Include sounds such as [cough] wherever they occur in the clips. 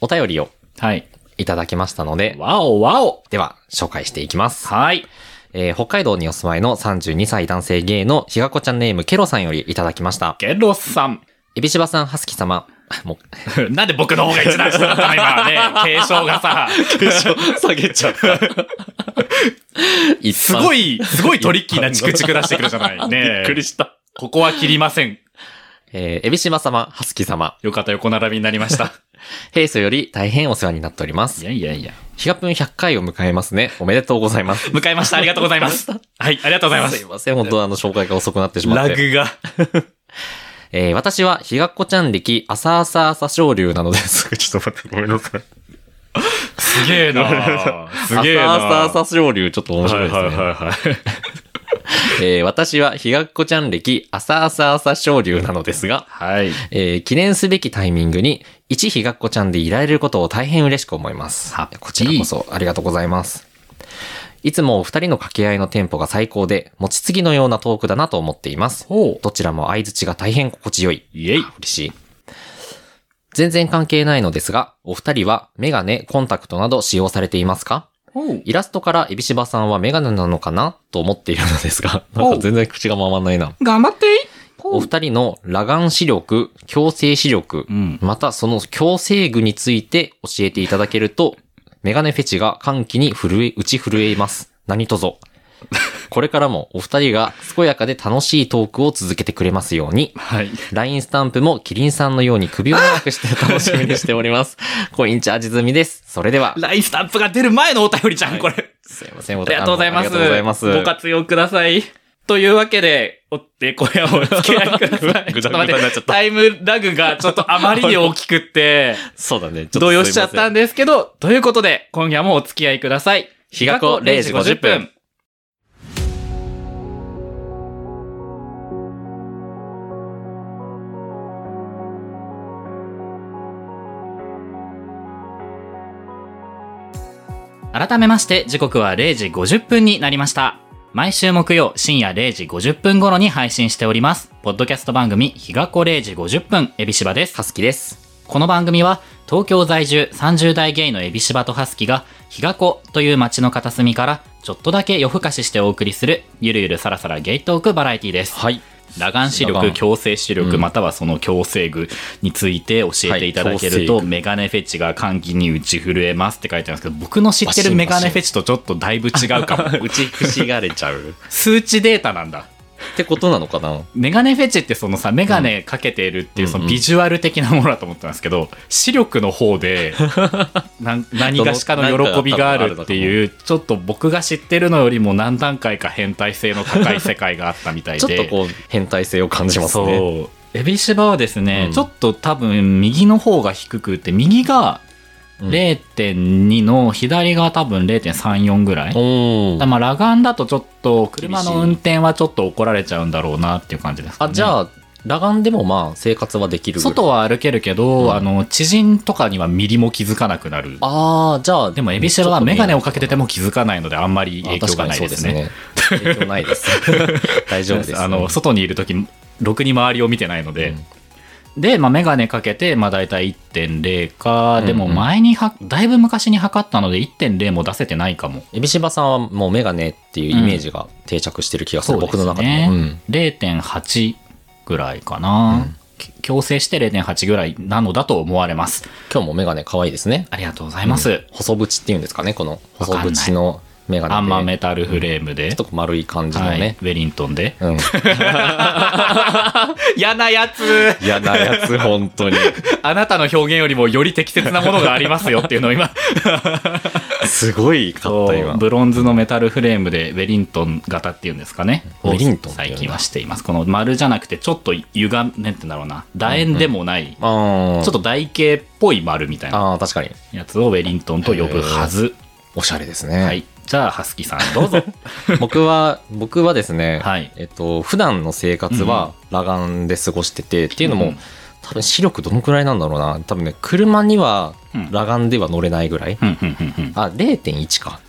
お便りをはい。いただきましたので、わおわおでは、紹介していきます。はい。えー北海道にお住まいの32歳男性ゲイのひがこちゃんネームケロさんよりいただきました。ゲロさん。 [laughs] エビシバさん、ハスキ様。もう、なんで僕の方が一段下だったの今ね。 [laughs] 継承がさ、下げちゃった。すすごいい、 [laughs] すごいトリッキーなチクチク出してくるじゃ [laughs] ない。ねえびっくりした。ここは切りません。えー、エビシバ様、ハスキ様、よかった横並びになりました。平素より大変お世話になっております。 [laughs] やいやいや。ヒガプン100回を迎えますね。おめでとうございます。迎えました。ありがとうござい [laughs] ます。はい、ありがとうございますすい。ません、本当あの、紹介が遅くなってしまっラて。グが。えー、私は、ひがっこちゃん歴、朝朝朝昇竜なのです。ちょっと待って、ごめんなさい。すげえな [laughs] すげえな朝朝朝昇竜、ちょっと面白いですね。はいはいはいはい。えー私はひがっこちゃん歴、朝朝朝昇竜なのですが、はい。えー記念すべきタイミングに、一ひがっこちゃんでいられることを大変嬉しく思いますハッピ。ーこちらこそありがとうございます。いつもお二人の掛け合いのテンポが最高で、持ち継ぎのようなトークだなと思っています。ほどちらも相槌が大変心地よい。う。イェイ。嬉しい。全然関係ないのですが、お二人はメガネ、コンタクトなど使用されていますかほう。イラストからエビシバさんはメガネなのかなと思っているのですが、 [laughs] なんか全然口が回らないな。頑張ってお二人の裸眼視力、矯正視力、ん。またその矯正具について教えていただけると、メガネフェチが歓喜に震え、打ち震えます。何と [laughs] ぞ。これからもお二人が健やかで楽しいトークを続けてくれますように。はい。 LINE スタンプもキリンさんのように首を長くして楽しみにしており [laughs] ます。コインチャージ済みです。それでは。ラインスタンプが出る前のお便りじゃん、これ。すいません、あありがとうございます。ありがとうございます。ご活用ください。というわけで、おって、小屋をお付き合いくださ [laughs] い。ぐちゃぐちゃになっちゃったタイムラグがちょっとあまりに大きくって、そうだね。ちょっと動揺しちゃったすいまんですけど、ということで、今夜もお付き合いください。日が子0時50分。改めまして時刻は0時50分になりました毎週木曜深夜0時50分頃に配信しておりますポッドキャスト番組日がこ0時50分エビシバですせんはすきです。この番組は東京在住30代ゲイのエビシバとハスキが日がことという街の片隅からちょっとだけ夜更かししてお送りするゆるゆるさらさらゲイトークバラエティです [laughs] はい。裸眼視力裸眼矯正視力、うんまたはその矯正具について教えていただけると、はい矯正メガネフェチが歓喜に打ち震えますって書いてあるんですけど僕の知ってるメガネフェチとちょっとだいぶ違う [laughs] かも打ちひしがれちゃう。数値データなんだってことなのか [laughs] なメガネフェチってそのさメガネかけているっていううんそのビジュアル的なものだと思ってたんですけど視力の [laughs] 方でなん何がしかの喜びがあるっていうちょっと僕が知ってるのよりも何段階か変態性の高い世界があったみたいちでょっとこう、変態性を感じますね。そうエビシバはですね、うんちょっと多分右の方が低くて右がうん0.2の左が多分0.34ぐらい、おだからーまあ裸眼だとちょっと車の運転はちょっと怒られちゃうんだろうなっていう感じですか、ね、あ、じゃあ、裸眼でもまあ、生活はできる。外は歩けるけど、うんあの知人とかにはミリも気づかなくなるああ、じゃあ、でもエビシバは眼鏡をかけてても気づかないのであんまり影響がないですねあ。確かにそうですね影響ないです。 [laughs] 大丈夫です。あの外にいる時ろくに周りを見てないので、うんで、まあ、眼鏡かけて、まあ、大体1.0うんか、うんでも前にはだいぶ昔に測ったので1.0も出せてないかもエビシバさんはもうメガネっていうイメージが定着してる気がする、うん僕の中でそも。ううでん0.8ぐらいかな、うんき強制して0.8ぐらいなのだと思われます今日もメガネ可愛いですね。ありがとうございます、うん細縁っていうんですかね、このわかん細ない縁のメガネで。アンマメタルフレームちょでっ、とこう丸い感じのはい、ね。ウェリントンでうん。 [laughs] 嫌なやつ嫌なやつ、本当に。あなたの表現よりもより適切なものがありますよっていうのを [laughs] 今すごいかった、今。ブロンズのメタルフレームでウェリントン型っていうんですかねウェリントンっていうんだ最近はしていますこの丸じゃなくてちょっと歪んねってんだろうな楕円でもない、ああ。ちょっと台形っぽい丸みたいなああ、確かに。やつをウェリントンと呼ぶはず、おしゃれですね。はいじゃあハスキーさんどう [laughs] ぞ僕は、僕はですね、はいえっと、普段の生活は裸眼で過ごしてて、っていうのも、うん多分視力どのくらいなんだろうな。多分ね、車にはうん裸眼では乗れないぐらい。ふんふんふんふんあ、0.1か。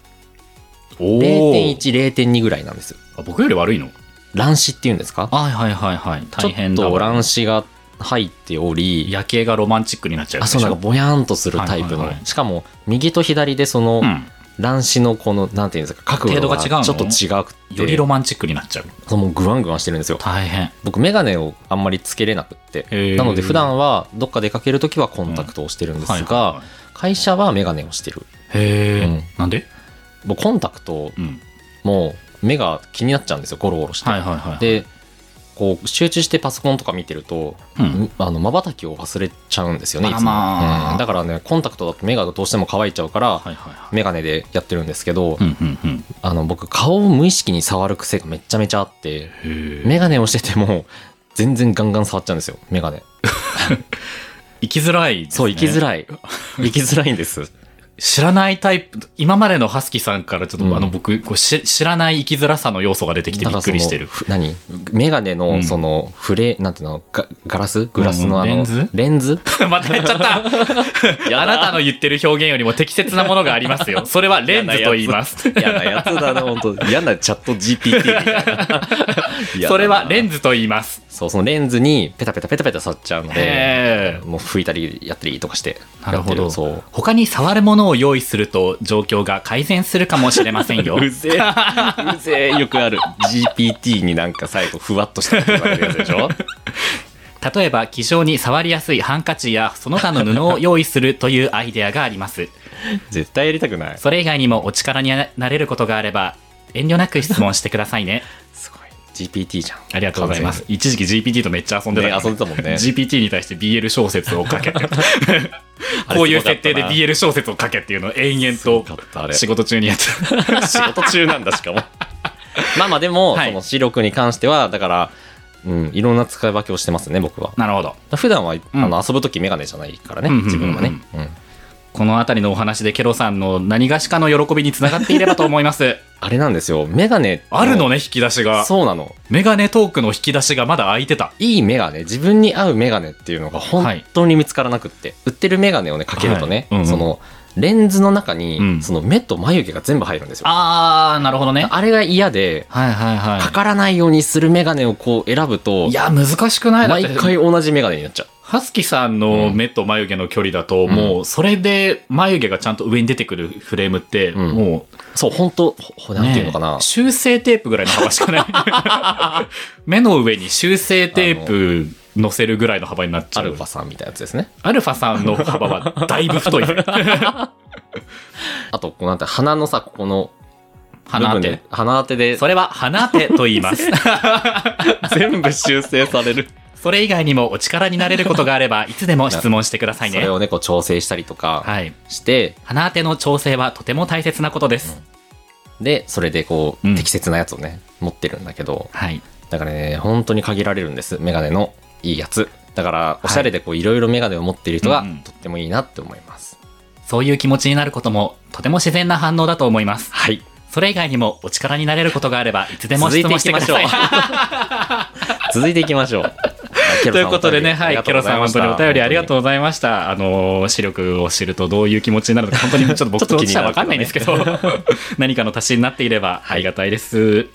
お0.1、ー0.2ぐらいなんですよ。あ僕より悪いの乱視っていうんですかはいはいはいはい大変ちだょっとわ乱視が入っており、夜景がロマンチックになっちゃうあ、でしそうなんかょ。ぼやんとするタイプはいのはいは。いしかも、右と左でそのう、ん。乱視のこの、なんていうんですか、角度が程ち度が違うのょっと違くて、よりロマンチックになっちゃう。そのグワングワンしてるんですよ。大変。僕、メガネをあんまりつけれなくって。へーなので、普段はどっか出かけるときはコンタクトをしてるんですはいはいがはい、会社はメガネをしてる。へえ、うんなんで僕、コンタクトうん。も目が気になっちゃうんですよ、ゴロゴロしてはい。はいはい。、で、こう、集中してパソコンとか見てると、うん。あの瞬きを忘れちゃうんですよねいつも、あまあうんだからねコンタクトだと目がどうしても乾いちゃうから、はいはいはい。眼鏡でやってるんですけど、うんうんうん。あの僕顔を無意識に触る癖がめちゃめちゃあってへえ。眼鏡をしてても全然ガンガン触っちゃうんですよ眼鏡生きづらいですね。そう生きづら [laughs] い生きづらいんです知らないタイプ、今までのハスキーさんからちょっと、うんあの僕こうし、知らない生きづらさの要素が出てきて [laughs] びっくりしてる。 [laughs] だからそのふ何眼鏡うのんそのフレ、なんていうのガガラスグラスのあの、レンズレン [laughs] ズまたやっちゃった [laughs] やあだなたの [laughs] 言ってる表現よりも適切なものがありますよ。それはレンズと言います。嫌な [laughs] やつだな本当嫌なチャット GPT み [laughs] たいな嫌だなそれはレンズと言います。そう、そのレンズにペタペタペタペタ触っちゃうので、へえ。もう拭いたりやったりとかしてなやるってほる。ど。そう。他に触るものを用意すると状況が改善するかもしれません [laughs] よ。うぜえ、うぜえ、よくある。GPT になんか最後、ふわっとしたって言われるやつでしょ例えば、気象に触りやすいハンカチやその他の布を用意するというアイデアがあります。 [laughs] 絶対やりたくない。それ以外にもお力になれることがあれば、遠慮なく質問してくださいね。すごい。GPT じゃん。ありがとうございます。一時期 GPT とめっちゃ遊んで完た全からに。ね、遊んでたもん [laughs] ね。 GPT に対して BL 小説を書け [laughs] ってあれこういう設定でごすかったな BL 小説を書けっていうのを延々すごかったあれと仕事中にやってた [laughs] 仕事中なんだ、しかも。 [laughs] まあまあ、でも、はいその視力に関しては、だから、うん、いろんな使い分けをしてますね、僕は。なるほど普段は、んあの遊ぶときメガネじゃないからね、うんうんうんうん自分はね。うんこの辺りのお話でケロさんの何がしかの喜びにつながっていればと思いますあれなんですよ、メガネ。 [laughs] あるのね引き出しがそうなの。メガネトークの引き出しがまだ開いてたいいメガネ自分に合うメガネっていうのが本当に見つからなくって、売ってるメガネをねかけるとね、はいうんうんそのレンズの中に、うんその目と眉毛が全部入るんですよああーなるほどねれが嫌ではいはいはいかからないようにするメガネをこう選ぶといや難しくないだって毎回同じメガネになっちゃうハスキさんの目と眉毛の距離だと、んもうそれで眉毛がちゃんと上に出てくるフレームって、んもうそう本当ほほなんていうのかな、ねえ修正テープぐらいの幅しかない [laughs] 目の上に修正テープ乗せるぐらいの幅になっちゃアうルファさんみたいなやつですねアルファさんの幅はだいぶ太いあとこうなんて鼻のさここの部 [laughs] 鼻当分でて鼻当てでそれは鼻当てと言います [laughs] 全部修正されるそれ以外にもお力になれることがあればいつでも質問してくださいそねれをねこう調整したりとかはいして、鼻当ての調整はとても大切なことです、でそれでこう、うん適切なやつをね持ってるんだけどはいだからね、本当に限られるんです、メガネのいいやつ。だから、おしゃれでこう、いろいろメガネを持っている人がうんうん、とってもいいなって思います。そういう気持ちになることもとても自然な反応だと思いますはい。それ以外にもお力になれることがあればいつでも続い質てい問しきてくまだしょうさい。続いていきましょう。ケロさん [laughs] ということでね、はい、ケロさん、本当にお便りありがとううございました。あのー、視力を知るとどういう気持ちになる [laughs] のか、本当にちょっと僕ちょっとと気しにてなはる分かんないんですけど、 [laughs] 何かの足しになっていればありがたいです。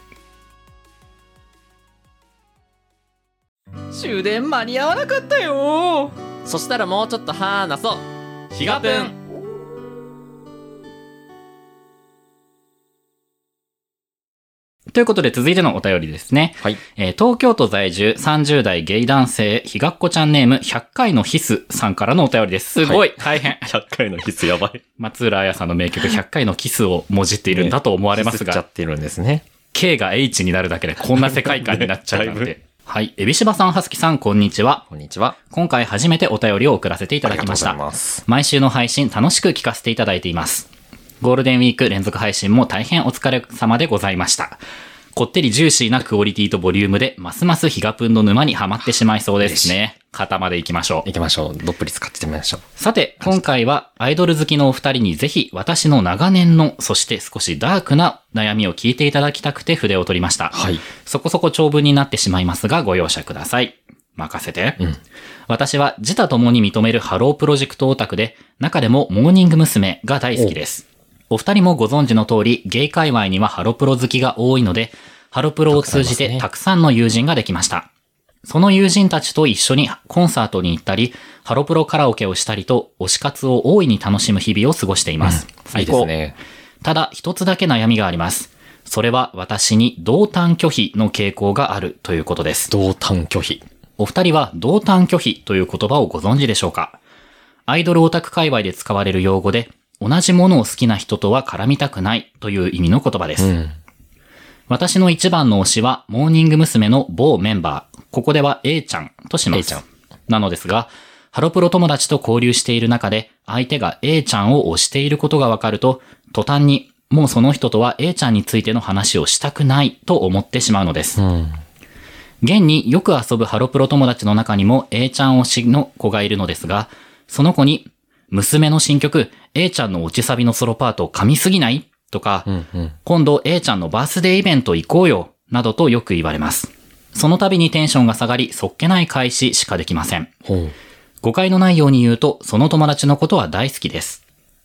終電間に合わなかったよございました。そしたらもうちょっと話そう。ひがぷんということで、続いてのお便りですね。はい。えー東京都在住30代ゲイ男性、ひがっこちゃんネーム100回のヒスさんからのお便りです。すごい、大変。 [laughs] 100回のキスやばい。松浦彩さんの名曲100回のキスをもじっているんだと思われます [laughs] キスっちゃが、ってるんですね。 K が H になるだけでこんな世界観になっちゃうなんだいぶて。はい。エビシバさん、はすきさん、こんにちは。こんにちは。今回初めてお便りを送らせていただきましありがとうございた。ます。毎週の配信楽しく聞かせていただいています。ゴールデンウィーク連続配信も大変お疲れ様でございました。こってりジューシーなクオリティとボリュームで、ますますヒガプンの沼にはまってしまいそうですね。肩まで行きましょう行。きましょう。どっぷり使ってみましょう。さて、今回はアイドル好きのお二人にぜひ私の長年の、そして少しダークな悩みを聞いていただきたくて筆を取りました。はい。そこそこ長文になってしまいますがご容赦ください。任せて。私は自他共に認めるハロープロジェクトオタクで、中でもモーニング娘。が大好きです。お二人もご存知の通り、ゲイ界隈にはハロプロ好きが多いので、ハロプロを通たじくさんいますてねたくさんの友人ができました。その友人たちと一緒にコンサートに行ったり、ハロプロカラオケをしたりと、推し活を大いに楽しむ日々を過ごしています。いいですね。ただ、一つだけ悩みがあります。それは私に同担拒否の傾向があるということです。同担拒否。お二人は同担拒否という言葉をご存知でしょうかアイドルオタク界隈で使われる用語で、同じものを好きな人とは絡みたくないという意味の言葉です。うん。私の一番の推しは、モーニング娘。の某メンバー。ここでは A ちゃんとします。 A ちゃんなのですが、ハロプロ友達と交流している中で、相手が A ちゃんを推していることがわかると、途端に、もうその人とは A ちゃんについての話をしたくないと思ってしまうのです。うん。現によく遊ぶハロプロ友達の中にも A ちゃん推しの子がいるのですが、その子に、娘の新曲、A ちゃんの落ちサビのソロパート噛みすぎないとか、うん。うん。今度 A ちゃんのバースデーイベント行こうよ、などとよく言われます。その度にテンションが下がり、そっけない返ししかできません。ほう。誤解のないように言うと、その友達のことは大好きです。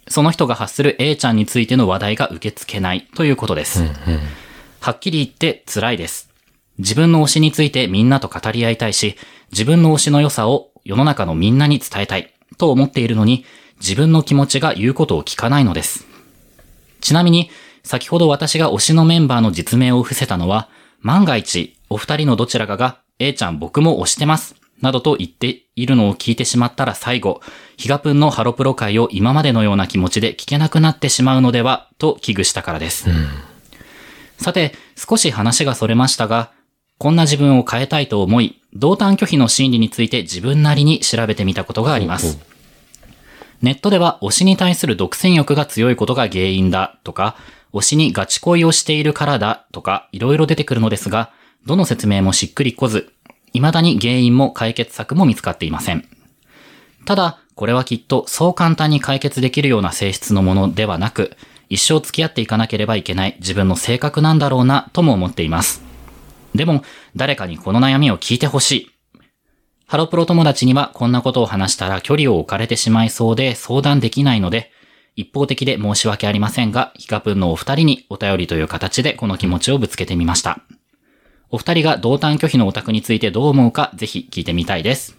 その人が発する A ちゃんについての話題が受け付けないということです。はっきり言って辛いです。自分の推しについてみんなと語り合いたいし、自分の推しの良さを世の中のみんなに伝えたいと思っているのに、自分の気持ちが言うことを聞かないのです。ちなみに、先ほど私が推しのメンバーの実名を伏せたのは、万が一、お二人のどちらかが、A ちゃん僕も推してます、などと言っているのを聞いてしまったら最後、ヒガプンのハロプロ会を今までのような気持ちで聞けなくなってしまうのでは、と危惧したからです。さて、少し話がそれましたが、こんな自分を変えたいと思い、同担拒否の心理について自分なりに調べてみたことがあります。ネットでは推しに対する独占欲が強いことが原因だとか、推しにガチ恋をしているからだとか、いろいろ出てくるのですが、どの説明もしっくりこず、未だに原因も解決策も見つかっていません。ただ、これはきっとそう簡単に解決できるような性質のものではなく、一生付き合っていかなければいけない自分の性格なんだろうなとも思っています。でも、誰かにこの悩みを聞いてほしい。ハロプロ友達にはこんなことを話したら距離を置かれてしまいそうで相談できないので、一方的で申し訳ありませんが、ヒカプンのお二人にお便りという形でこの気持ちをぶつけてみました。お二人が同担拒否のオタクについてどう思うか、ぜひ聞いてみたいです。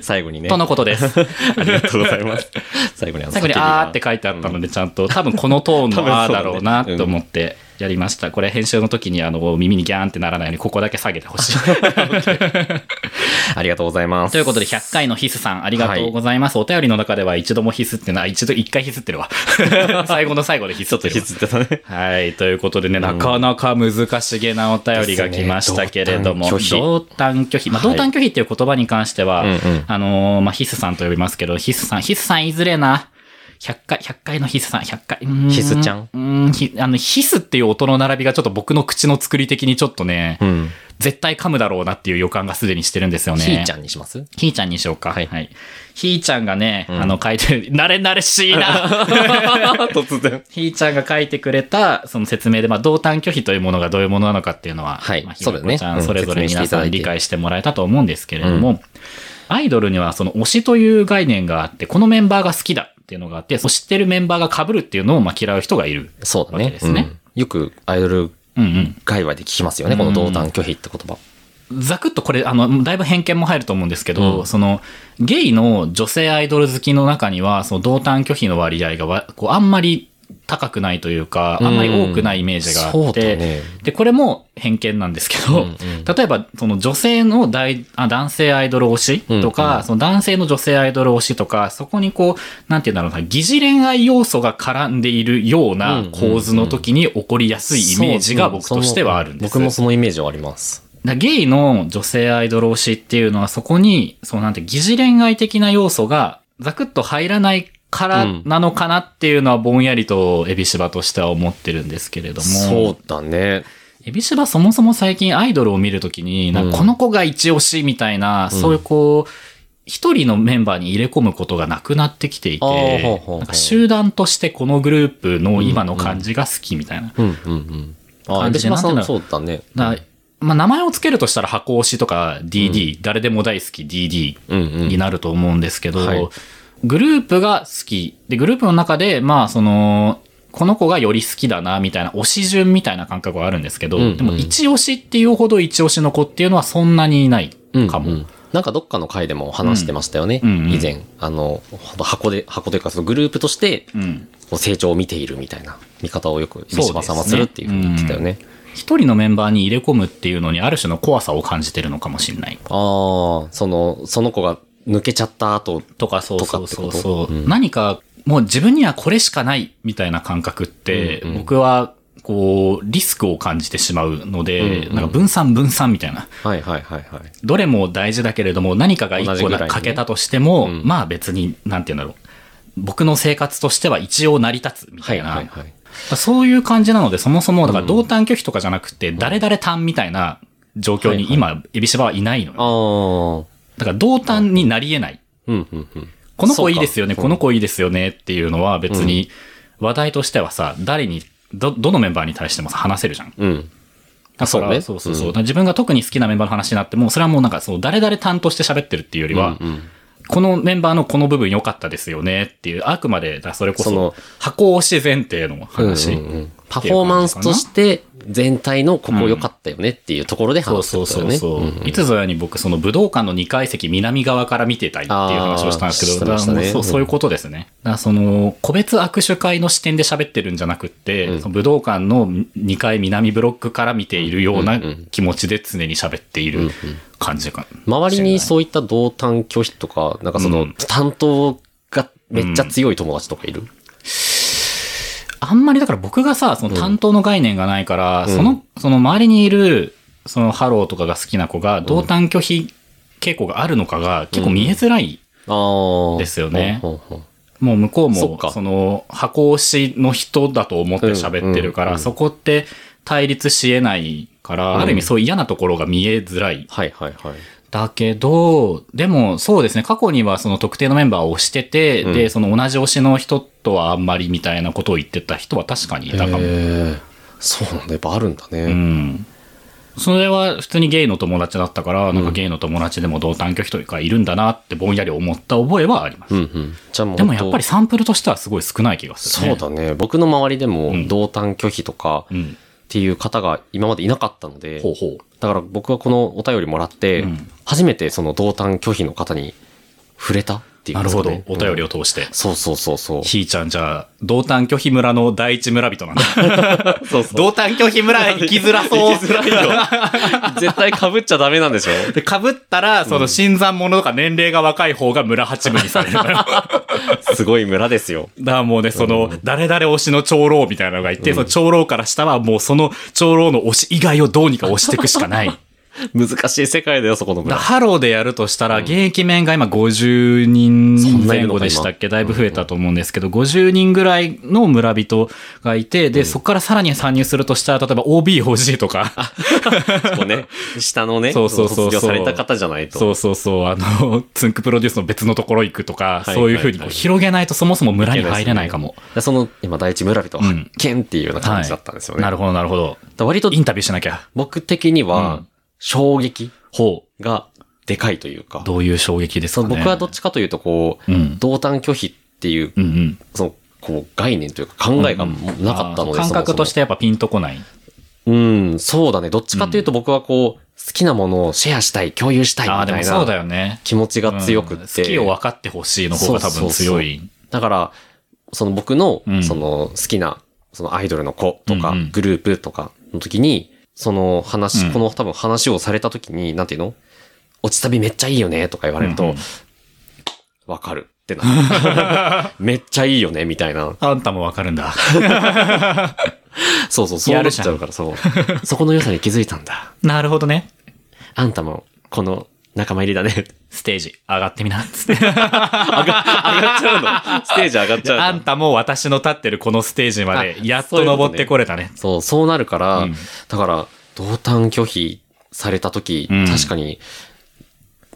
最後にね。とのこと [laughs] です。ありがとうございます。最後にあの、最後叫にびがあーって書いてあったので、ちゃんと、多分このトーン [laughs] 多分のそうだあーねだろうなと思ってやりました。これ編集の時にあの耳にギャーンってならないように、ここだけ下げてほ [laughs] しい。ありがとうございます。ということで、100回のヒスさん、ありがとうございます。お便りの中では一度もヒスってない、一度、一回ヒスってるわ。 [laughs] 最後の最後でヒスってるわ引き。ずってたね。はい。ということでね、なかなか難しげなお便りが来ましたけれども、ですね同担拒否。まあ、はい同担拒否っていう言葉に関しては、うんうんあのーまあ、ヒスさんと呼びますけど、ヒスさん、ヒスさんいずれな、100回、100回のヒスさん、100回。うーヒスちゃんうーん、ひあの、ヒスっていう音の並びがちょっと僕の口の作り的にちょっとね、うん。絶対噛むだろうなっていう予感がすでにしてるんですよね。ひーちゃんにしますひーちゃんにしようか。はい。ひーちゃんがね、んあの、書いて [laughs] る、慣れ慣れしいな [laughs] 突然。ひーちゃんが書いてくれた、その説明で、まあ、同担拒否というものがどういうものなのかっていうのは、はいまあ、ひそうろだねこちゃうんん、それぞれ皆説さ明していただいんて理解してもらえたと思うんですけれども、アイドルにはその推しという概念があって、このメンバーが好きだっていうのがあって、推してるメンバーが被るっていうのを、まあ、嫌う人がいる。そうだわけねですねうんよくアイドルうんうん。界隈で聞きますよね、この同担拒否って言葉。ざくっとこれ、あの、だいぶ偏見も入ると思うんですけど、うんその、ゲイの女性アイドル好きの中には、その同担拒否の割合がわ、こう、あんまり高くないというか、あんまり多くないイメージがあうんそっうだて、ねで、これも偏見なんですけど、うんうん例えば、その女性の大あ男性アイドル推しとか、うんうんその男性の女性アイドル推しとか、そこにこう、なんて言うんだろうな、疑似恋愛要素が絡んでいるような構図の時に起こりやすいイメージが僕としてはあるんです。そう僕もそのイメージはあります。だゲイの女性アイドル推しっていうのはそこに、そうなんて疑似恋愛的な要素がザクッと入らないからうんなのかなっていうのはぼんやりとエビシバとしては思ってるんですけれども。そうだね。エビシバそもそも最近アイドルを見るときに、なんうんかこの子が一押しみたいな、そういうこう、一人のメンバーに入れ込むことがなくなってきていあーほうほうてほう、なんか集団としてこのグループの今の感じが好きみたいな。うんうんうん。あ、感江じで島さなんん、ていそうだね。だまあ、名前をつけるとしたら箱推しとか DD、誰でも大好き DD うんうんになると思うんですけど、はいグループが好き。で、グループの中で、まあ、その、この子がより好きだな、みたいな、推し順みたいな感覚はあるんですけど、うんうんでも、一推しっていうほど一推しの子っていうのはそんなにいないかも。うんうんなんかどっかの回でも話してましたよね。うんうんうん以前、あの、箱で、箱というかそのグループとしてうんこう成長を見ているみたいな見方をよく三島さんはするっていうふうに言ってたよね。一人のメンバーに入れ込むっていうのにある種の怖さを感じてるのかもしれない。ああ、その、その子が抜けちゃった後、とかそうとかそっうてそこうとそうう、ん何かもう自分にはこれしかないみたいな感覚って、うんうん僕はこうリスクを感じてしまうので、うんうんなんか分散分散みたいなはいはいはいはい。どれも大事だけれども何かが同一じ個ぐらいにね欠けたとしても、うんまあ別になんて言うんだろう僕の生活としては一応成り立つみたはいいな、はいはい。だからそういう感じなので、そもそも、だから同担拒否とかじゃなくて、誰々単みたいな状況はいはにい今、エビシバはいないのあよ。あ、だから同担になり得ない。うんうんうん。この子いいですよね、そうかこの子いいですよねっていうのは別に、話題としてはさ、誰に、ど、どのメンバーに対してもさ話せるじゃん。うん。だそかうら、ねそうそうそう。うんだから自分が特に好きなメンバーの話になっても、それはもうなんか、その誰々単として喋ってるっていうよりは、うんうんこのメンバーのこの部分良かったですよねっていう、あくまで、だからそれこそその、箱推し前提の話。うんうんうんパフォーマンスとして全体のここ良かったよねっていうところでそう話すそこうとだそようね。そう、んいつぞやに僕、その武道館の2階席南側から見てたいっていう話をしたんですけど、あーだからもうしてそましたねうそういうことですね。だからその、個別握手会の視点で喋ってるんじゃなくって、うんその武道館の2階南ブロックから見ているよううなんうん気持ちで常に喋っていうんうるん感じか。周りにそういった同担拒否とか、なんかそうのん担当がめっちゃ強い友達とかいる、あんまりだから僕がさ、その担当の概念がないから、うんその、その周りにいる、そのハローとかが好きな子が、同担拒否傾向があるのかが結構見えづらい。ああ。ですよねほんほんほんもう向こうそっもか、その、箱推しの人だと思って喋ってるかうんうんうら、んそこって対立し得ないかうんら、ある意味そういう嫌なところが見えづらい。はいはいはい。だけど、でもそうですね、過去にはその特定のメンバーを推してて、うんで、その同じ推しの人とはあんまりみたいなことを言ってた人は確かにいたかも。へーそうなんだ、やっぱあるんだうね。ん。それは普通にゲイの友達だったから、なんかゲイの友達でも同担拒否というかいるんだなってぼんやり思った覚えはあります。うん、うん、じゃあもうで本当もやっぱりサンプルとしてはすごい少ない気がする、そうね。だね。僕の周りでもうん同担拒否とかうっん。ていう方が今までいなかったので、ほうほう。だから僕はこのお便りもらって、うん初めてその同担拒否の方に触れたっていうんなでるすほかどね、。お便りを。を通して。そうそうそう [laughs] そう。ひーちゃんじゃあ、同担拒否村の第一村人なんだ。 [laughs] 同担拒否村行きづらそう。行きづらいよ。絶対被っちゃダメなんでしょ [laughs] で、被ったら、その、新参者とか年齢が若い方が村八分にされるのよ。だかすごい村です [laughs] よ。らもうね、その、誰々推しの長老みたいなのがいて、その長老から下はもうその長老の推し以外をどうにか推していくしかない。だか難しい世界だよ、そこのら村。ハローでやるとしたら、現役面が今50人そんない前るの後かでしたっけだいぶ増えたと思うんですけど、50人ぐらいの村人がいて、で、そこからさらに参入するとしたら、例えば OB 欲しいとか。こう [laughs] ね、下のね、そうそうそうそう卒業された方じゃないと。 [laughs] そうそうそう、あの、つんくプロデュースの別のところ行くとか、はいそういうふうにこうはい広げないとそもそも村に入れないかも。でその、今、第一村人は発見っていうようなは感い。じだったんですよね。なるほど、なるほど。だ割とインタビューしなきゃ。僕的にうはん、衝撃ほがでかいというかう。、どういう衝撃ですそかのね。僕はどっちかというと、こう、うん同担拒否っていう、うんうん。その、こう、概念というか考えがもうなかったので、。あー感覚としててやっぱピンとこない。うん、そうだね。どっちかというと僕はこう、好きなものをシェアしたい、共有したいあみあ、でたもいそうなだよね。気持ちが強くっうんて。好きを分かってほしいの方が多分強い。そうそうだから、その僕のう、んその好きな、そのアイドルの子とかうんう、んグループとかの時に、その話、うんこの多分話をされた時に、なんていうの落ちサビめっちゃいいよねとか言われるうんうとん、わかるってなる [laughs] めっちゃいいよねみたいな。あんたも分かるん [laughs] だ。そうそう、そうなっちゃうから、そう。そこの良さに気づいたんだ。なるほどね。あんたも、この仲間入りだね。 [laughs] ステージ上がって [laughs] みな。つって上がっちゃうの。ステージ上がっちゃあうんの。たも私の立ってるこのステージまであやっそうということね登ってこれたね。そう、そうなるから、うんだから、同担拒否された時、うん確かに、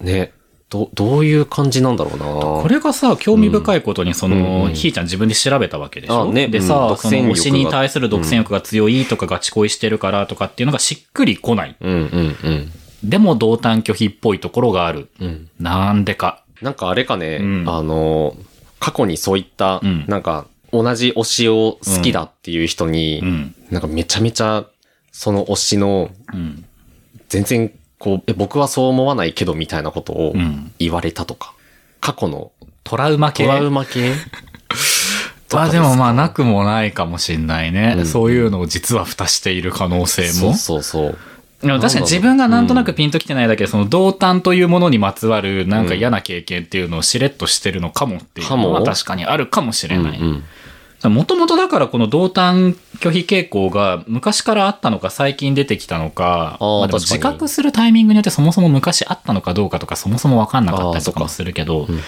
ね、ど、どういう感じなんだろうなこれがさ、興味深いことに、そうんうの、んひーちゃん自分で調べたわけでしあょねでうんさ、独占その欲が推しに対する独占欲が強いとか、ガチ恋してるからとかっていうのがしっくりこない。うんうんうん。でも、同担拒否っぽいところがある。うん。なんでか。なんかあれかね、うんあの、過去にそういった、うんなんか、同じ推しを好きだっていう人に、うん。なんかめちゃめちゃ、その推しの、うん。全然、こう、え僕はそう思わないけどみたいなことをうん言われたとか、過去のトラウマ系。トラウマ系ま [laughs] あでもまあなくもないかもしんないね。うんそういうのを実は蓋している可能性そもう。そうそう。でも確かに自分がなんとなくピンときてないだけで、その同担というものにまつわるなんか嫌な経験っていうのをしれっとしてるのかもっていうのはかも確かにあるかもしれない。うんもともとだからこの同担拒否傾向が昔からあったのか最近出てきたのか、あーまあで確かも自に覚するタイミングによってそもそも昔あったのかどうかとかそもそもわかんなかったりとかもするけどう、んで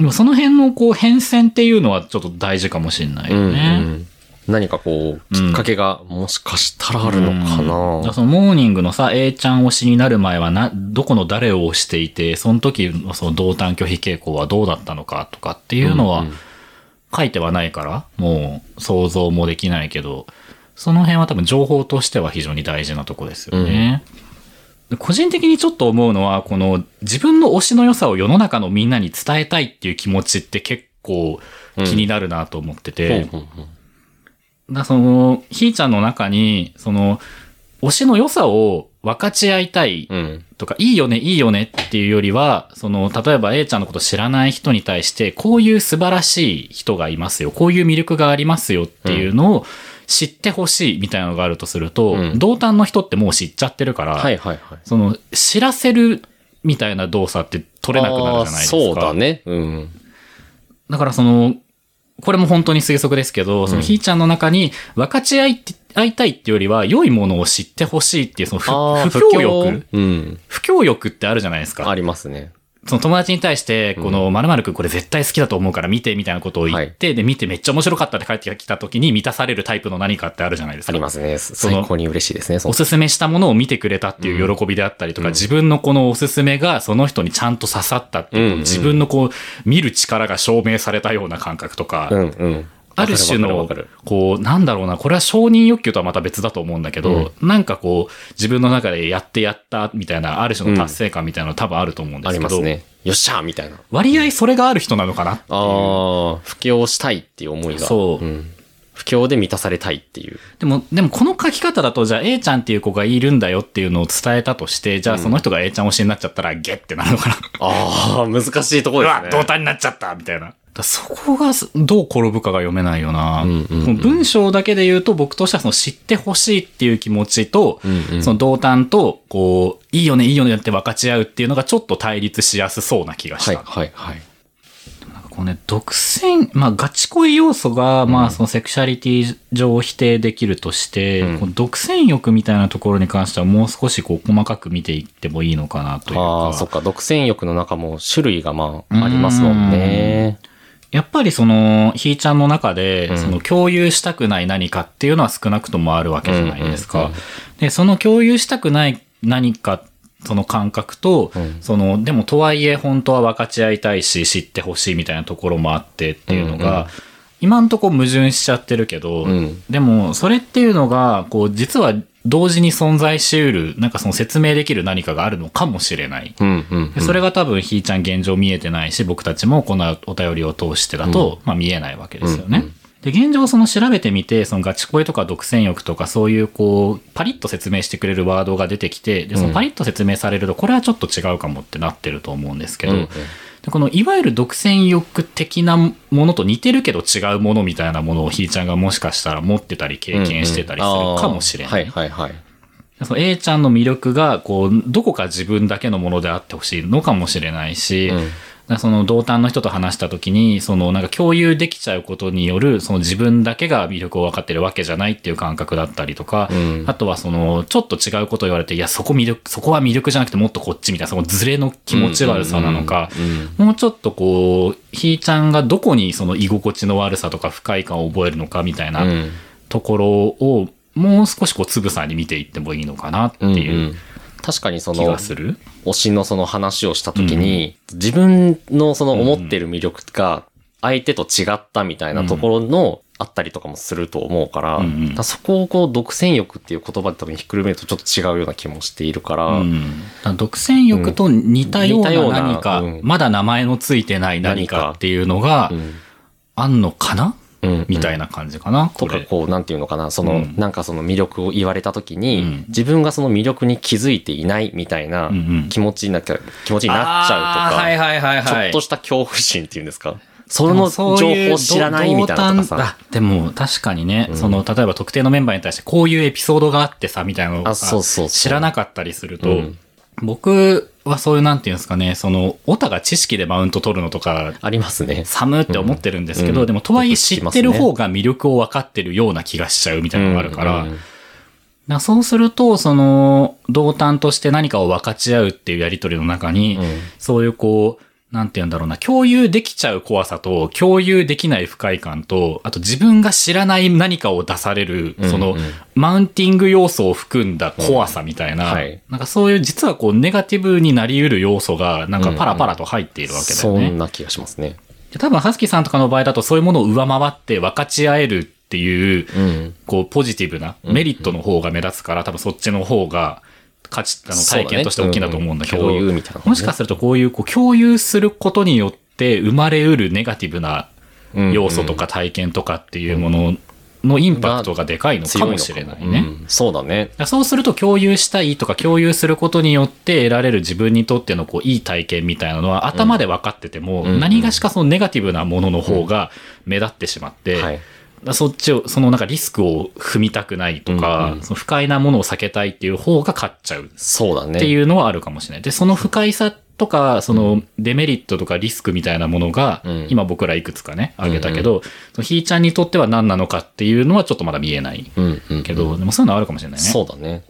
もその辺のこう変遷っていうのはちょっと大事かもしれないうんようんね。うん何かこう、きっかけがもしかしたらあるのかうんだらなそのモーニングのさ、A ちゃん推しになる前はな、どこの誰を推していて、その時のその同担拒否傾向はどうだったのかとかっていうのはんん書いてはないから、もう想像もできないけど、その辺は多分情報としては非常に大事なとこですよね。で個人的にちょっと思うのは、この自分の推しの良さを世の中のみんなに伝えたいっていう気持ちって結構気になるなと思ってて、ほうほうほうだからその、ひーちゃんの中に、その、推しの良さを分かち合いたいうん。とか、いいよね、いいよねっていうよりは、その、例えば A ちゃんのこと知らない人に対して、こういう素晴らしい人がいますよ、こういう魅力がありますよっていうのを知ってほしいみたいなのがあるとすると、うん同担の人ってもう知っちゃってるから、はいはいはい。その、知らせるみたいな動作って取れなくなるじゃないですか。あーそうだね。うん。だからその、これも本当に推測ですけど、そのひーちゃんの中に分かち合いって合いたいっていうよりは、良いものを知ってほしいっていう、その不あー不況欲うん。不況欲ってあるじゃないですあか。りますね。その友達に対して、この〇〇くんこれ絶対好きだと思うから見てみたいなことを言って、で、見てめっちゃ面白かったって帰ってきた時に満たされるタイプの何かってあるじゃないですあか。りますね。の最高に嬉しいですね。そおのすすめしたものを見てくれたっていう喜びであったりとか、うん自分のこのおすすめがその人にちゃんと刺さったっていう、うん自分のこう、見る力が証明されたような感覚とか、うんうん。ある種のわかるわかるわかる、こう、なんだろうな、これは承認欲求とはまた別だと思うんだけど、なんかこう、自分の中でやってやったみたいな、ある種の達成感みたいなの多分あると思うんであすりけますど、ね。よっしゃーみたいな。割合それがある人なのかなっていう。ああ、不況したいっていう思いが。そううん不況で満たされたいっていう。でも、でもこの書き方だと、じゃあ A ちゃんっていう子がいるんだよっていうのを伝えたとして、じゃあその人が A ちゃん推しになっちゃったら、ゲッってなるのかな。ああ、難しいとこうろわ、です同ね。担になっちゃったみたいな。だそこがすどう転ぶかが読めないよな。うんうんうんこの文章だけで言うと、僕としてはその知ってほしいっていう気持ちと、うんうんその同担と、こう、いいよね、いいよねって分かち合うっていうのがちょっと対立しやすそうな気がしはいた。はいはい。なんかこうね、独占、まあガチ恋要素が、まあそのセクシャリティ上否定できるとして、うんこの独占欲みたいなところに関してはもう少しこう細かく見ていってもいいのかなというああ、かそっ。か。独占欲の中も種類がまあ、ありますもんね。やっぱりその、ひーちゃんの中で、うんその共有したくない何かっていうのは少なくともあるわけじゃないですうんうんかうん。で、その共有したくない何か、その感覚と、うんその、でもとはいえ本当は分かち合いたいし、知ってほしいみたいなところもあってっていうのが、うんうん今んとこ矛盾しちゃってるけど、うんでも、それっていうのが、こう、実は同時に存在しうる、なんかその説明できる何かがあるのかもしれない。うんうんで。それが多分ひーちゃん現状見えてないし僕たちもこのお便りを通してだと、まあ、見えないわけですよね。うんうんで現状その調べてみてそのガチ恋とか独占欲とかそういうこうパリッと説明してくれるワードが出てきてでそのパリッと説明されるとこれはちょっと違うかもってなってると思うんですけど、うんうんでこのいわゆる独占欲的なものと似てるけど違うものみたいなものをひーちゃんがもしかしたら持ってたり経験してたりするかもしれない。うんうんあーはいはいはい。その A ちゃんの魅力が、こう、どこか自分だけのものであってほしいのかもしれないし、うんだからその同担の人と話した時に、そのなんか共有できちゃうことによる、その自分だけが魅力を分かってるわけじゃないっていう感覚だったりとか、うんあとはその、ちょっと違うこと言われて、いや、そこ魅力、そこは魅力じゃなくてもっとこっちみたいな、そのズレの気持ち悪さなのか、うんうんうんもうちょっとこう、ひーちゃんがどこにその居心地の悪さとか不快感を覚えるのかみたいな、うんところをもう少しこうつぶさに見ていってもいいのかなってうんいううん確かにそ気のがする。推しのその話をした時に、自分のその思ってる魅力が相手と違ったみたいなところのあったりとかもすると思うから、うんうんだからそこをこう独占欲っていう言葉で多分ひっくるめるとちょっと違うような気もしているから、うんだから独占欲と似たよううん似たよなうな何か、うんまだ名前のついてない何かっていうのがうんあんのかなうんみたいな感じかな、とこかれ。こう、なんていうのかな、その、うんなんかその魅力を言われた時に、うん自分がその魅力に気づいていないみたいなうんうん気持ちになっちゃ,、気持ちになっちゃうとあーか、はいはいはいちはょい。っとした恐怖心っていうんですかその情報を知らないみたいなのとかさ。あでも確かにね、うんその、例えば特定のメンバーに対してこういうエピソードがあってさ、みたいなのあそうそうそう知らなかったりすると、うん僕はそういうなんていうんですかね、その、オタが知識でマウント取るのとか、ありますね。寒って思ってるんですけど、うんでもとはいえよく聞知きまっすねてる方が魅力を分かってるような気がしちゃうみたいなのがあるから、うんなそうすると、その、同担として何かを分かち合うっていうやりとりの中に、うんそういうこう、なんて言うんだろうな、共有できちゃう怖さと、共有できない不快感と、あと自分が知らない何かを出される、うんそうのん、マウンティング要素を含んだ怖さみたいな、うんはいなんかそういう実はこう、ネガティブになり得る要素が、なんかパラパラと入っているわけだよそね。んな気がしますね。で多分、ハスキーさんとかの場合だとそういうものを上回って分かち合えるっていう、うん。こう、ポジティブなメリットの方が目立つから、多分そっちの方が、価値、あの、そうだね体験として大きいなと思うんだけど、うん共有みたいなのねもしかするとこういう、こう、共有することによって生まれうるネガティブな要素とか体験とかっていうもののインパクトがでかいのかもしれないね。うんそうだね。そうすると共有したいとか共有することによって得られる自分にとってのこういい体験みたいなのは頭で分かってても、うん何がしかそのネガティブなものの方が目立ってしまって、はい。そっちを、そのなんかリスクを踏みたくないとか、うんうんその不快なものを避けたいっていう方が勝っちゃうっそうだね。ていうのはあるかもしれない。で、その不快さとか、そのデメリットとかリスクみたいなものが、うん今僕らいくつかね、挙げたけど、そのひーちゃんにとっては何なのかっていうのはちょっとまだ見えないうんうん。けど、でもそういうのはあるかもしれないね。そうだね。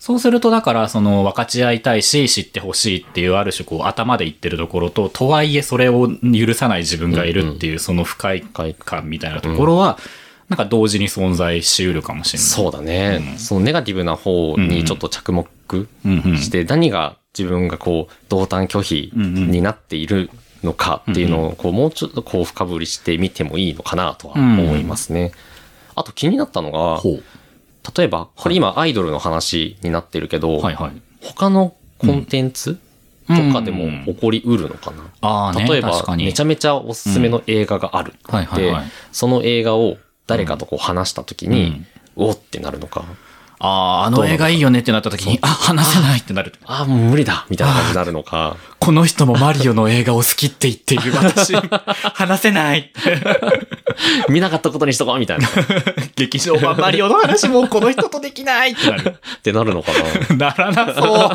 そうすると、だから、その、分かち合いたいし、知ってほしいっていう、ある種、こう、頭で言ってるところと、とはいえ、それを許さない自分がいるっていう、その不快感みたいなところは、なんか同時に存在し得るかもしれない。そうだね、うんそのネガティブな方にちょっと着目うんうんして、何が自分がこう、同担拒否になっているのかっていうのを、こう、もうちょっとこう、深掘りしてみてもいいのかなとは思いますね。あと気になったのが、ほ例えば、これ今アイドルの話になってるけど、う。はいはい。他のコンテンツとかでうもん起こりうるのかな、ああね、例えば確か、に。めちゃめちゃおすすめの映画があるって言ってうんはいはいはいその映画を誰かとこう話した時に、おってなるのか、ああ、あの映画いいよねってなった時に、あ、話せないってなる。ああ、もう無理だみたいな感じになるのか、 [laughs] この人もマリオの映画を好きって言っている。 [laughs] 私、話せない。見なかったことにしとこうみたいな。っ劇場版マリオの [laughs] 話もこの人とできないってなる。てなるのかな。ならなそう。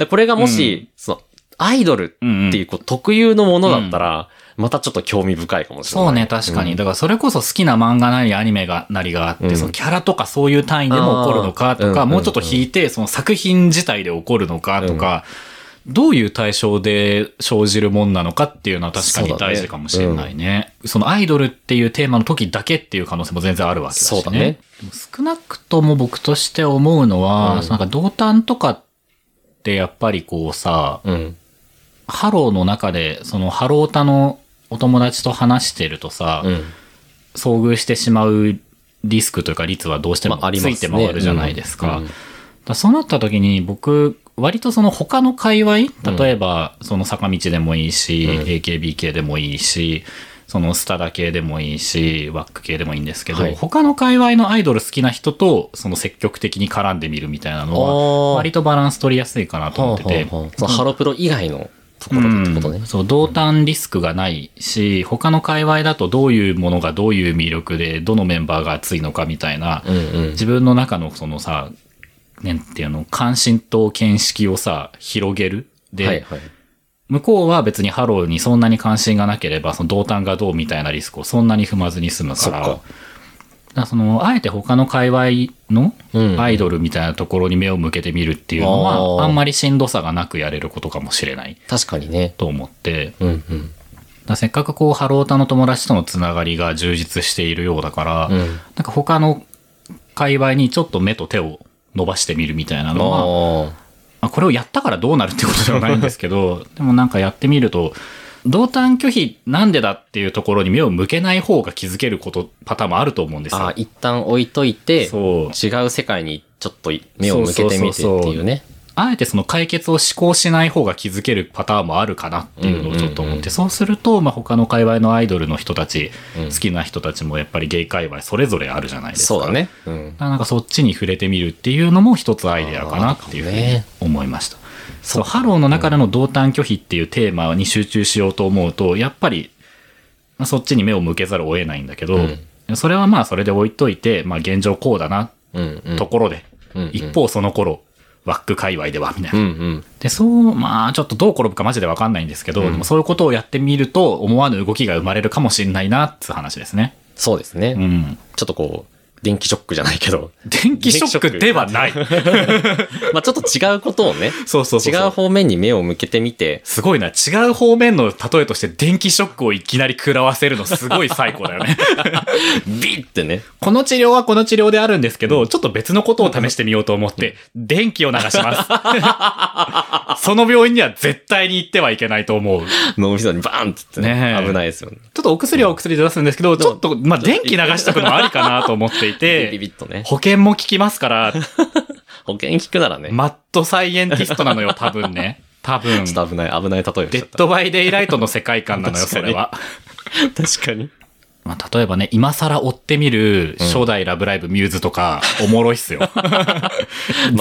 でこれがもし、その、アイドルっていうこう特有のものだったら、またちょっと興味深いかもしれない。そうね、確かに。うんだからそれこそ好きな漫画なりアニメがなりがあって、うんそのキャラとかそういう単位でも起こるのかとあーか、うんもうちょっと引いて、その作品自体で起こるのかとか、どういう対象で生じるもんなのかっていうのは確かそうにだね大事かもしれないね。そのアイドルっていうテーマの時だけっていう可能性も全然あるわけだしそね。うだねでも少なくとも僕として思うのは、うんそのなんか同担とかってやっぱりこうさ、うん。ハローの中で、そのハロータのお友達と話してるとさ、うん。遭遇してしまうリスクというか率はどうしてもまあありつますねいて回るじゃないですか。うんうんだからそうなった時に僕、割とその他の界うん隈、例えばその坂道でもいいし、うん AKB 系でもいいし、そのスタダ系でもいいし、ワック系でもいいんですけど、はい他の界隈のアイドル好きな人とその積極的に絡んでみるみたいなのは、あー割とバランス取りやすいかなと思ってて、ほうほうほうそのハロプロ以外のところでってことねうん。そう、同担リスクがないし、他の界隈だとどういうものがどういう魅力で、どのメンバーが熱いのかみたいな、うんうん。自分の中のそのさ、なんていうの、関心と見識をさ、広げる。で、はいはい。向こうは別にハローにそんなに関心がなければ、その同担がどうみたいなリスクをそんなに踏まずに済むかそっら、か。だからその、あえて他の界隈のうんアイドルみたいなところに目を向けてみるっていうのは、あーあんまりしんどさがなくやれることかもしれない確かにね。と思って、うんうん。だからせっかくこう、ハロータの友達とのつながりが充実しているようだから、うんなんか他の界隈にちょっと目と手を伸ばしてみるみたいなのは、あまあ、これをやったからどうなるってことではないんですけど、 [laughs] でもなんかやってみると、同担拒否なんでだっていうところに目を向けない方が気づけること、パターンもあると思うんですあよー、。一旦置いといて、そう。違う世界にちょっと目を向けてみてっていうね。あえてその解決を思考しない方が気づけるパターンもあるかなっていうのをちょっと思って、うんうんうんそうすると、まあ、他の界隈のアイドルの人たち、うん好きな人たちもやっぱりゲイ界隈それぞれあるじゃないですか。そうだね。うんだ。からなんかそっちに触れてみるっていうのも一つアイデアかなっていうふうに思いました。そう、ハローの中での同担拒否っていうテーマに集中しようと思うと、やっぱり、まあ、そっちに目を向けざるを得ないんだけど、それはまあそれで置いといて、まあ現状こうだな、うん、うん。ところで、うんうん一方その頃、ワック界隈では、みたいな。うん、うん。で、そう、まあ、ちょっとどう転ぶかマジでわかんないんですけど、うんでもそういうことをやってみると、思わぬ動きが生まれるかもしれないな、って話ですね。そうですね、うん。ちょっとこう、電気ショックじゃないけど、 [laughs] 電気ショックではない。まあちょっと違うことをね、そうそうそうそう。違う方面に目を向けてみて、すごいな。違う方面の例えとして電気ショックをいきなり食らわせるのすごい最高だよね。ビッって [laughs] ね、 [laughs] この治療はこの治療であるんですけど、ちょっと別のことを試してみようと思って、 [laughs] 電気を流し [laughs] ます。その病院には絶対に行ってはいけないと思う。脳みそにバーンってってね、ねえ危ないですよね。ちょっとお薬はお薬で出すんですけど、ちょっと、まあ、電気流しとくのもありかなと思って [laughs] いビビて、ビッとね。保険も効きま [laughs] すから、保険聞くならね、マッドサイエンティストなのよ、多分ね。多分。 [laughs] ちょっと危ない、危ない例えをしデちゃっッドバイデイライトの世界観なのよ、それは。た。 [laughs] 確かに。まあ、例えばね、今更追ってみる、初代ラブライブミューズとか、おもろい [laughs] っすよ。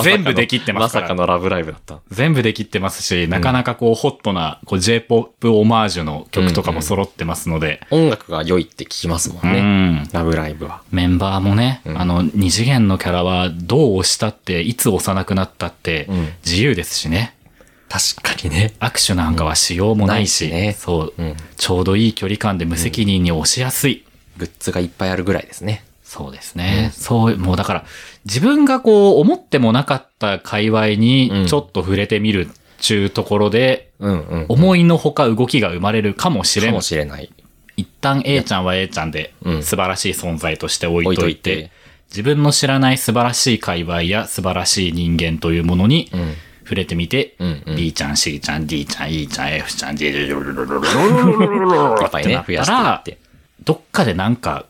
全部できってますかまさらか。のラブライブだった。全部できってますし、なかなかこう、ホットな、こう、J-POP オマージュの曲とかも揃ってますので、音楽が良いって聞きますもうんん。ね。ラブライブは。メンバーもね、うんあの、二次元のキャラは、どう押したって、いつ押さなくなったってうん、自由ですしね。確かにね。握手なんかはしようもないし、うんないしねそう、うんちょうどいい距離感で無責任に押しやすい。グッズがいっぱいあるぐらいですね。そうですね。そう、もうだから、自分がこう、思ってもなかった界隈うんに、ちょっと触れてみるっていうところで、うんうん。思いのほか動きが生まれるかもしれかんも。しれない。一旦 A ちゃんは A ちゃんでう、ん素晴らしい存在として置置いいとといいてて、。自分の知らない素晴らしい界隈や素晴らしい人間というものにうん。触れてみて、うんうん B ちゃん、C ちゃん、D ちゃん、E ちゃん、F ちゃん、G やっぱりね、増やしていって。どっかでなんか、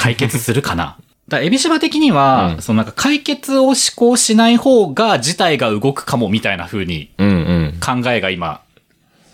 解決するかな。 [laughs] だからエビシバ的には、うんそのなんか解決を思考しない方が事態が動くかもみたいな風にうんうん。考えが今、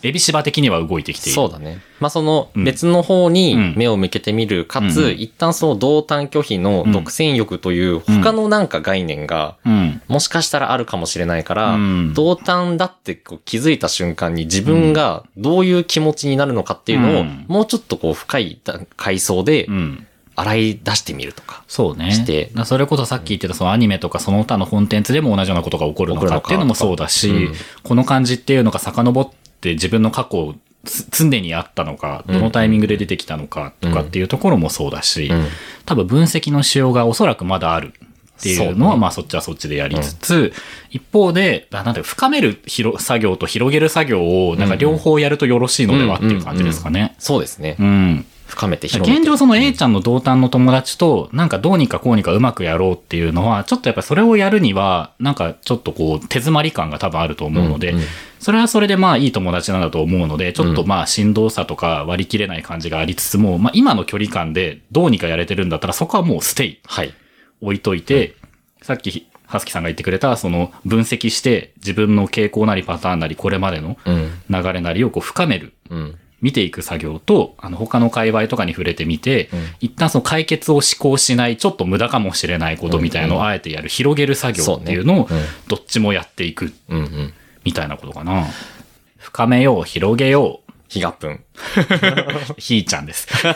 エビシバ的には動いてきている。そうだね。まあ、そのうん別の方うんに目を向けてみる、かうんつ、一旦その同担拒否のうん独占欲という他のなんか概念が、うん。もしかしたらあるかもしれないからうん、同担だってこう気づいた瞬間に自分がどういう気持ちになるのかっていうのうを、んもうちょっとこう深い階層でうん。洗い出してみるとか。そうね。してだからそれこそさっき言ってたそのアニメとかその他のコンテンツでも同じようなことが起こるのかっていうのもそうだし、起こるのかとこの感じっていうのが遡って自分の過去をつ常にあったのか、うんどのタイミングで出てきたのかとかっていうところもそうだし、うん多分分析のしようがおそらくまだあるっていうのは、そうねまあそっちはそっちでやりつつ、一方で、あなんていうか深める広作業と広げる作業を、なんか両方やるとよろしいのではっていう感じですかね。そうですねう。ん。深めて広めて。現状その A ちゃんの同担の友達となんかどうにかこうにかうまくやろうっていうのはちょっとやっぱそれをやるにはなんかちょっとこう手詰まり感が多分あると思うのでうんうんそれはそれでまあいい友達なんだと思うのでちょっとうまあ振動さとか割り切れない感じがありつつもまあ今の距離感でどうにかやれてるんだったらそこはもうステイはい。置いといてさっきハスキさんが言ってくれたその分析して自分の傾向なりパターンなりこれまでのうん。流れなりをこう深めるうん。見ていく作業と、あの、他の界隈とかに触れてみて、一旦その解決を思考しない、ちょっと無駄かもしれないことみたいなのをあえてやる、広げる作業っていうのをそうね、どっちもやっていく、うんうん。みたいなことかな。深めよう、広げよう、ヒガップン。ひーちゃんで [laughs] す。ひ深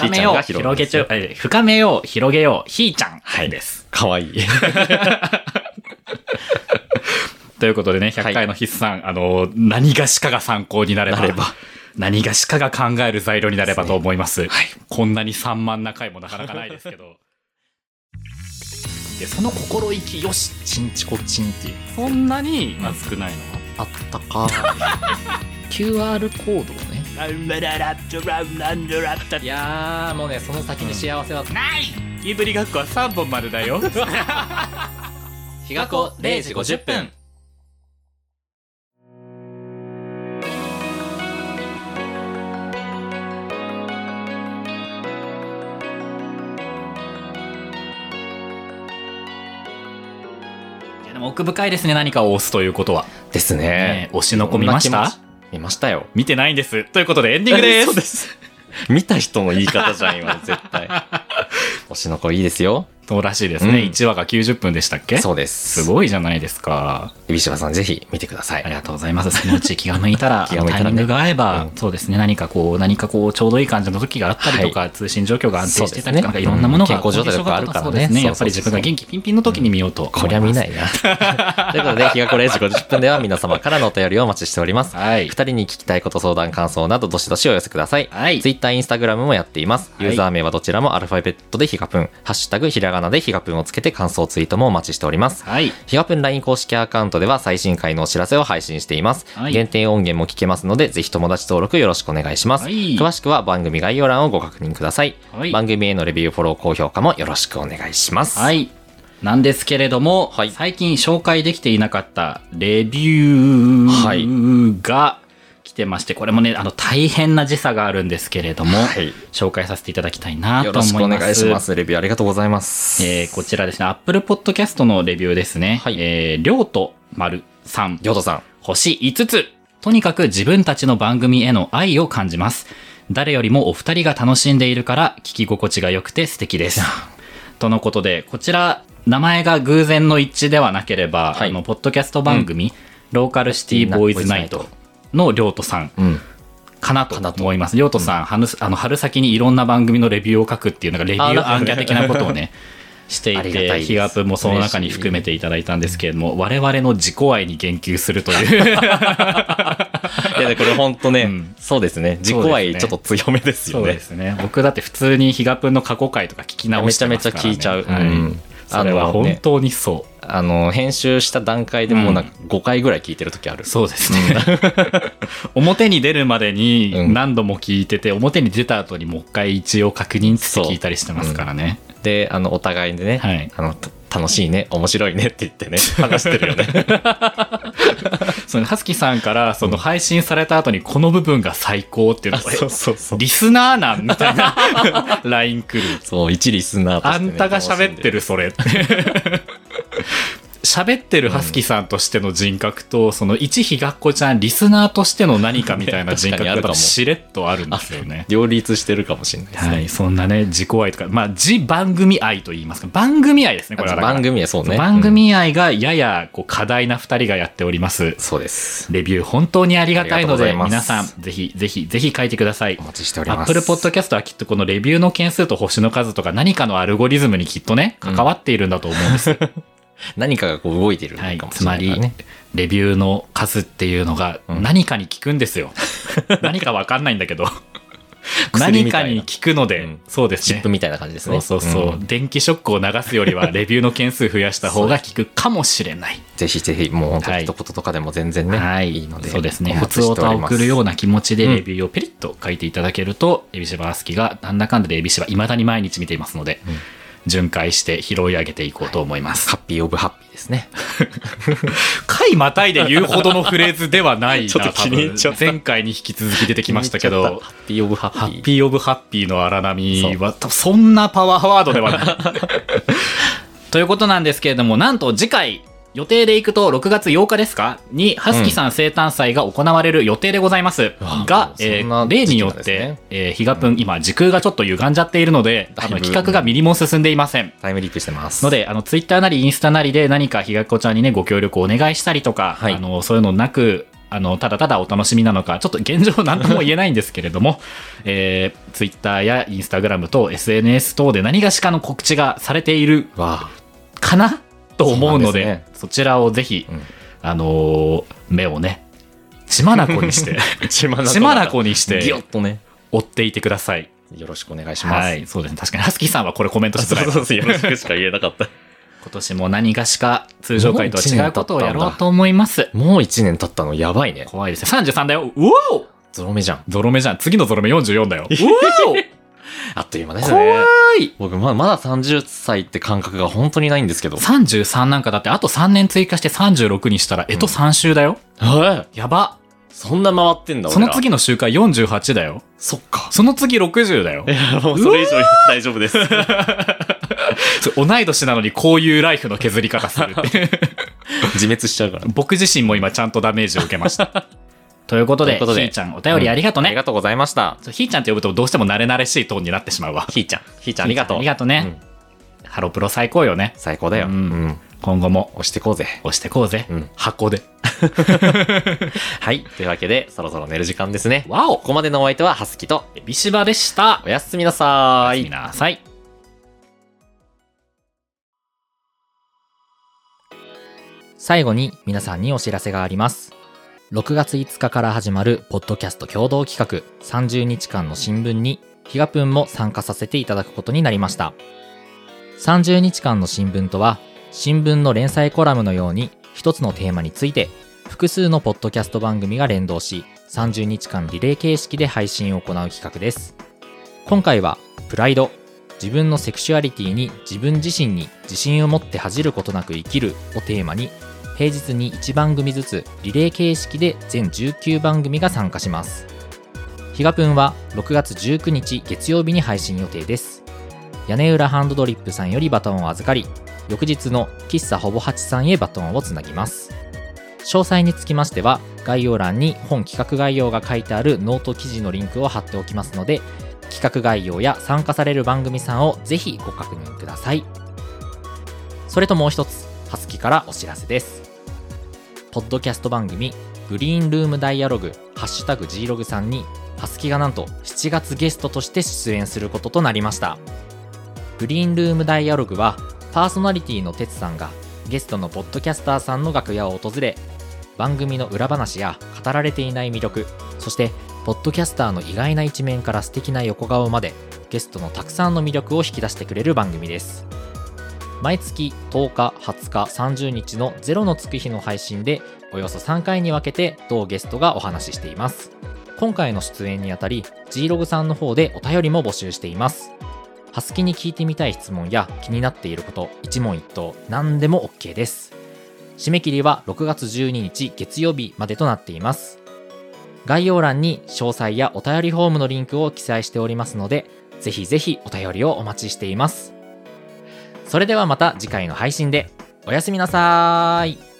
ーめちゃんよう、が広げ広げちゃう、え深めよう、広げよう、ひーちゃん。はいです。かわいい。ということでね、は100い回の筆算、あの、何がしかが参考になれば、なれば何がしかが考える材料になればと思います。こんなに散漫な回もなかなかないですけど。で、その心意気よし、チンチコチンっていう。そんなに、まあ、少ないのは。あった [laughs] か。QR コードをね。いやー、もうね、その先に幸せは、いぶり学校は3本までだよ。日が子0時50分。やも奥深いですね何かを押すということは、ですねね。推しの子見ましこんなた気持ち見ましたよ。見てないんですということでエンディングでそうすです。見た人の言い方じゃん、 [laughs] 今、絶対。推しの子いいですよ。そうらしいですね、うん1話が90分でしたっけそうです。すごいじゃないですか指柴さん、ぜひ見てくださありい。がとうございます。そのうち気が向いたら、 [laughs] 気が向いたタらねイミングが合えば、うんそうですね、何かこう、何かこう、ちょうどいい感じの時があったりとか、通信状況が安定してたりとか、そうですねいろんなものが、うん健康状態とかあるからねそうですそうそうそうやっぱり自分が元気ピンピンの時に見ようと思います。こりゃ見ないな。 [laughs] ということで、日がこれ時50分では皆様からのお便りをお待ちしております。はい二。人に聞きたいこと、相談、感想など、どしどしお寄せください。はい。ツイッター、インスタグラムもやっています。はいユーザー名はどちらもアルファベットでヒガプン、ハッシュタグひらがなでヒガプンをつけて感想ツイートもお待ちしております。はい。ヒガプン LINE 公式アカウントでは最新回のお知らせを配信しています。はい限定音源も聞けますので、ぜひ友達登録よろしくお願いします。はい詳しくは番組概要欄をご確認ください。はい番組へのレビュー、フォロー、高評価もよろしくお願いします。はい。なんですけれども、はい最近紹介できていなかったレビューが来てまして、これもね、あの、大変な時差があるんですけれども、はい紹介させていただきたいなよと思いまろす。しくお願いします。レビューありがとうございます。えーこちらですね、Apple Podcast のレビューですね。はいえー、りょうとまるさん。ヨドさん。星5つ。とにかく自分たちの番組への愛を感じます。誰よりもお二人が楽しんでいるから聞き心地が良くて素敵です。とのことで、こちら、名前が偶然の一致ではなければ、はいあの、ポッドキャスト番組、ローカルシティボーイズナイトのりょうとさんうん。かなと思います。りょうとさん、はぬあの春先にいろんな番組のレビューを書くっていう、なんかレビュあなるーほど暗記的なことをね、 [laughs] していありがたいて、ですヒガプもその中に含めていただいたんですけれども、我々の自己愛に言及するという、いや、でこれ本当ね、うんそうですね。自己愛ちょっと強めですよそうねで。すね。 [laughs] 僕だって普通にヒガプの過去回とか聞き直めしちゃてめまちゃすから、聞ね。いちゃう。はんい。それは本当にそう。あの、編集した段階でもうなんか5回ぐらい聞いてる時ある。そうですね。表に出るまでうにん何度も聞いてて、表に出た後にもう一回一応確認つって聞いたりしてますからね。で、あの、お互いでね、はいあの、た楽しいね、面白いねって言ってね、話してるよ [laughs] ね。そのハスキーさんからその配信された後にこの部分が最高っていうのが、えそうそ。リスナーなんみたいな [laughs] LINE 来る。そう、一リスナーとしあて、ね。んたが喋ってるそれって喋ってるハスキーさんとしての人格と、その一ひがっこちゃんリスナーとしての何かみたいな人格確かにあがるかもしれっとあるんですよ楽ねしんでる。。両立してるかもしれないですね。はい、そんなね、自己愛とか、まあ、自番組愛と言いますか、番組愛ですね、これはあだから。番組はそうね。番組愛がややこう課題な2人がやっておりますうん。そうです。レビュー本当にありがたいのあで、りがとうござい皆ますさん、ぜひ、ぜひ、ぜひ書いてくださいお。待ちしておりアまッす。プルポッドキャストはきっとこのレビューの件数と星の数とか何かのアルゴリズムにきっとね、関わっているんだと [laughs] 思うんです。何かがこう動いてるのはいか。もしつれなまいからりね。、レビューの数っていうのがうん何かに効く [laughs] んですよ。何かわかんないんだけど。薬何みたかいなに効くのうでん、そうですチねップ。みたいな感じですそね。うそうそう、ん電気ショックを流すよりはレビューの件数増やした方が効くかもしれない。ぜひぜひ、もう本当はにい一言とかでも全然ね、、はいい。いので。そうですね。お普待ち通して音おをります送るような気持ちでうんレビューをペリッと書いていただけると、エビシバアスキがなんだかんだでエビシバ未だに毎日見ていますので、巡回して拾い上げていこうと思います。ハッピーオブハッピーですね。回またいで言うほどのフレーズではない [laughs] な、ちょっと気に入っちゃ多っ分た前回に引き続き出てきましたけハど、ッピーオブハッピー。ハッピーオブハッピーの荒波は、多分そんなパワーワードではない。 [laughs] ということなんですけれども、なんと次回、予定で行くと6月8日ですかに、ハスキさん生誕祭が行われる予定でございます。わが、そんなえ時期なんーですね例によって、えー、比嘉君、今、時空がちょっと歪んじゃっているので、だあいぶの企画がミリも進んでいません。タイムリープしてます。ので、あの、ツイッターなりインスタなりで何かひがっこちゃんにね、ご協力をお願いしたりとか、はいあの、そういうのなく、あの、ただただお楽しみなのか、ちょっと現状何とも言えないんですけれども、 [laughs] えー、ツイッターやインスタグラムと SNS 等で何がしかの告知がされているわかなと思うそので、うそなんですちらをぜひ、うんあのー目をね、血まなこ [laughs] にして、あ。血ま血まなこにしぎょてっ、とね、追っていてください。よろしくお願いします。はい、そうですね。確かに、ハスキーさんはこれコメントし [laughs] そづらういわそうそう、よろしくしか言えなかった。今年も何がしか通常回とは違うことをやろうと思います。もう1年経ったのやばいね。怖いですね。33だよ。うわおゾロ目じゃん。ゾロ目じゃん。次のゾロ目44だよ。うわ [laughs] お [laughs] あっという間ですね怖。い僕まだ、まだ30歳って感覚が本当にないんですけど。 !33 なんかだってあと3年追加して36にしたら、えと3週だよ。はいやば。そんな回ってんだ、その俺ら。次の週回48だよ。そっ [laughs] か。その次60だよい。や、もうそれ以上に大丈夫 [laughs] です。 [laughs] そう同い年なのにこういうライフの削り方するって。自滅しちゃうから。僕自身も今ちゃんとダメージを受けま [laughs] した。ということといで、うことでひーちゃんお便りありがとうあねり。がとうございました。そうひーちゃんって呼ぶとどうしても慣れ慣れしいトーンになってしまうわ。ひーちゃん、ひーちゃんありがとう。ありがとうね。ハロプロ最高よね。最高だよ。ううんん。今後も押してこうぜ。押してこうぜ。うん箱で。はい。というわけで、そろそろ寝る時間ですね。わおここまでのお相手は、ハスキと、エビシバでした。おやすみなさーおやすいみ。なさい。最後に皆さんにお知らせがあります。6月5日から始まるポッドキャスト共同企画30日間の新聞にヒガプンも参加させていただくことになりました。30日間の新聞とは新聞の連載コラムのように一つのテーマについて複数のポッドキャスト番組が連動し30日間リレー形式で配信を行う企画です。今回はプライド、自分のセクシュアリティに自分自身に自信を持って恥じることなく生きるをテーマに平日に1番組ずつリレー形式で全19番組が参加しますひがぷんは6月19日月曜日に配信予定です屋根裏ハンドドリップさんよりバトンを預かり翌日の喫茶ほぼ8さんへバトンをつなぎます詳細につきましては概要欄に本企画概要が書いてあるノート記事のリンクを貼っておきますので企画概要や参加される番組さんをぜひご確認くださいそれともう一つ、はすきからお知らせです。ポッドキャスト番組、グリーンルームダイアログ、ハッシュタグ G ログさんに、はすきがなんと7月ゲストとして出演することとなりました。グリーンルームダイアログは、パーソナリティのてつさんが、ゲストのポッドキャスターさんの楽屋を訪れ、番組の裏話や語られていない魅力、そして、ポッドキャスターの意外な一面から素敵な横顔まで、ゲストのたくさんの魅力を引き出してくれる番組です。毎月10日、20日、30日のゼロの月日の配信で、およそ3回に分けて同ゲストがお話ししています。今回の出演にあたり、G ログさんの方でお便りも募集しています。ハスキに聞いてみたい質問や気になっていること、一問一答、何でも OK です。締め切りは6月12日月曜日までとなっています。概要欄に詳細やお便りフォームのリンクを記載しておりますので、ぜひぜひお便りをお待ちしています。それではまた次回の配信でおやすみなさーい。